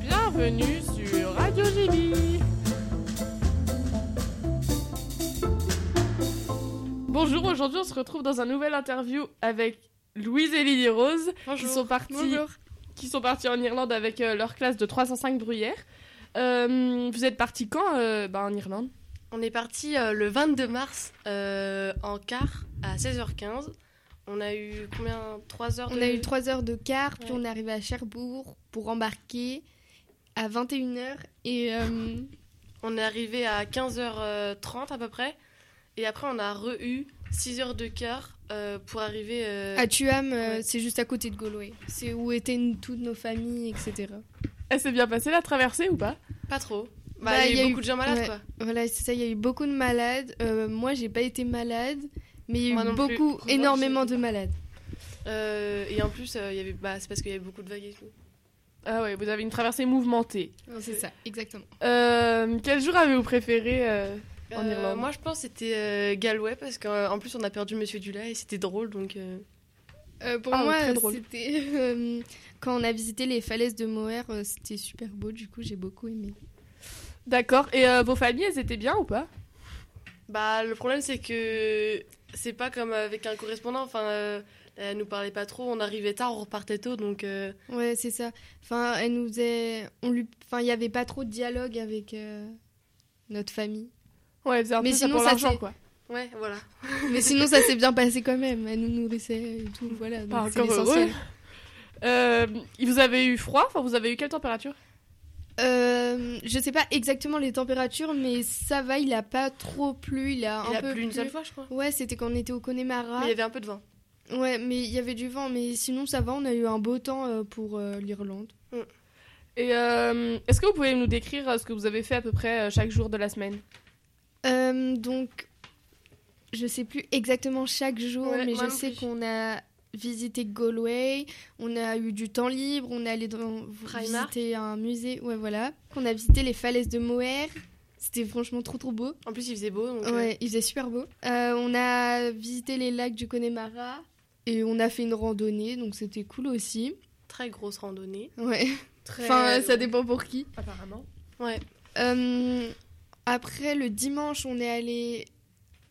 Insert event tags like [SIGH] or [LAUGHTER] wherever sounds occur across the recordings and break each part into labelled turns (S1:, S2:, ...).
S1: bienvenue sur Radio GB. Bonjour, aujourd'hui on se retrouve dans un nouvel interview avec Louise et Lily Rose qui sont parties qui sont parties en Irlande avec euh, leur classe de 305 Bruyères. Euh, vous êtes partis quand euh, bah, en Irlande
S2: On est parti euh, le 22 mars euh, en car à 16h15. On a eu combien 3 heures
S3: On
S2: de-
S3: a eu 3 heures de car, puis
S2: Ouais.
S3: on est arrivé à Cherbourg pour embarquer à 21h. Et euh,
S2: On est arrivé à 15h30 à peu près. Et après, on a re-eu 6 heures de car euh, pour arriver. euh,
S3: à Tuam, euh,
S2: ouais.
S3: c'est juste à côté de Galway. C'est où étaient nous- toutes nos familles, etc.
S1: Elle s'est bien passée la traversée ou pas
S2: Pas trop. Bah,
S3: Bah,
S2: il y a eu beaucoup de gens malades
S3: ouais.
S2: quoi.
S3: Voilà, c'est ça, il y a eu beaucoup de malades. Euh, moi, j'ai pas été malade, mais il y
S2: Moi
S3: a eu
S2: non plus.
S3: beaucoup,
S2: Moi, j'ai-
S3: énormément de malades.
S2: Euh, et en plus, euh, il y avait... bah, c'est parce qu'il y avait beaucoup de vagues et tout.
S1: Ah ouais, vous avez une traversée mouvementée.
S3: C'est ça, exactement.
S1: Euh, quel jour avez-vous préféré euh, En
S2: Euh,
S1: Irlande.
S2: Moi, je pense que c'était euh, Galway parce qu'en en plus, on a perdu Monsieur Dula et c'était drôle donc. euh,
S3: Euh, pour
S1: Ah,
S3: moi,
S1: très drôle.
S3: c'était euh, quand on a visité les falaises de Moher, euh, c'était super beau. Du coup, j'ai beaucoup aimé.
S1: D'accord. Et euh, vos familles, elles étaient bien ou pas
S2: Bah, le problème, c'est que c'est pas comme avec un correspondant. Enfin, euh, elle nous parlait pas trop. On arrivait tard, on repartait tôt. Donc, euh,
S3: Ouais, c'est ça. Enfin, elle nous est, on lui, enfin, il n'y avait pas trop de dialogue avec euh, notre famille.
S1: Ouais, elles faisaient un
S3: Mais
S1: peu ça
S3: sinon,
S1: pour
S3: ça
S1: l'argent
S3: s'est-
S1: quoi.
S2: ouais, voilà.
S3: Mais sinon, ça s'est bien passé quand même. Elle nous nourrissait et tout, voilà. donc
S1: Pas
S3: c'est
S1: encore heureux.
S3: l'essentiel.
S1: Euh, vous avez eu froid Enfin, vous avez eu quelle température
S3: Euh, je sais pas exactement les températures, mais ça va. Il a pas trop plu. Il a un
S2: Il a
S3: peu Ah.
S2: plu une seule fois, je crois.
S3: Ouais, c'était quand on était au Connemara.
S2: Mais il y avait un peu de vent.
S3: Ouais, mais il y avait du vent. Mais sinon, ça va. On a eu un beau temps euh, pour euh, l'Irlande.
S1: Et euh, est-ce que vous pouvez nous décrire euh, ce que vous avez fait à peu près euh, chaque jour de la semaine
S3: Euh, donc, je sais plus exactement chaque jour,
S2: Ouais,
S3: mais
S2: moi
S3: je
S2: non
S3: sais
S2: plus.
S3: qu'on a visité Galway, on a eu du temps libre, on est allé dans,
S2: Primark.
S3: visiter un musée, ouais voilà, qu'on a visité les falaises de Moher. C'était franchement trop trop beau.
S2: En plus, il faisait beau. Donc, euh,
S3: Ouais, il faisait super beau. Euh, on a visité les lacs du Connemara et on a fait une randonnée, donc c'était cool aussi.
S2: très grosse randonnée.
S3: Ouais.
S2: Très...
S3: Enfin, ça dépend pour qui.
S1: Apparemment.
S2: Ouais.
S3: Euh, après, le dimanche, on est allé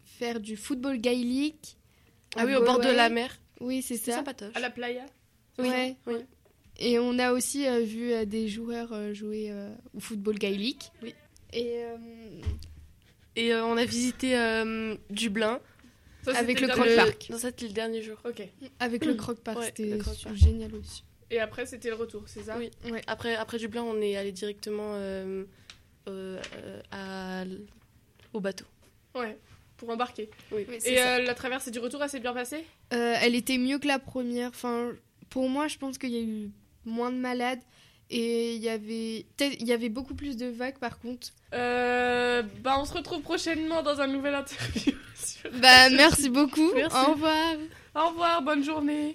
S3: faire du football gaélique.
S2: Ah
S3: à
S2: oui, au bord de
S3: Galway.
S2: la mer.
S3: Oui, c'est
S2: C'était
S3: ça.
S2: sympatoche.
S1: À la playa
S2: Oui.
S3: Ouais.
S2: Oui.
S3: Et on a aussi euh, vu euh, des joueurs euh, jouer euh, au football gaélique.
S2: Oui.
S3: Et euh,
S2: Et euh, on a visité euh, Dublin. Euh,
S1: Ça, c'était
S3: Avec le
S1: dernier-
S3: Croc Park.
S2: Non, ça, c'était le dernier jour.
S1: Ok.
S3: avec le croque park
S2: Ouais, le
S3: c'était
S2: Croc Park.
S3: génial aussi.
S1: Et après, c'était le retour, c'est ça
S2: Oui.
S3: Ouais.
S2: Après, après Dublin, on est allé directement euh, euh, euh, à l- au bateau.
S1: Ouais. Pour embarquer.
S2: Oui.
S3: Ouais, c'est
S1: Et
S3: ça.
S1: euh, la traversée du retour, elle s'est bien passée
S3: Euh, elle était mieux que la première. Enfin, pour moi, je pense qu'il y a eu moins de malades. Et il y avait, peut-être- il y avait beaucoup plus de vagues par contre.
S1: euh, Bah, on se retrouve prochainement dans un nouvel interview. [LAUGHS] sur-
S3: Bah [LAUGHS] merci beaucoup.
S1: Merci.
S3: Au revoir.
S1: Au revoir, bonne journée.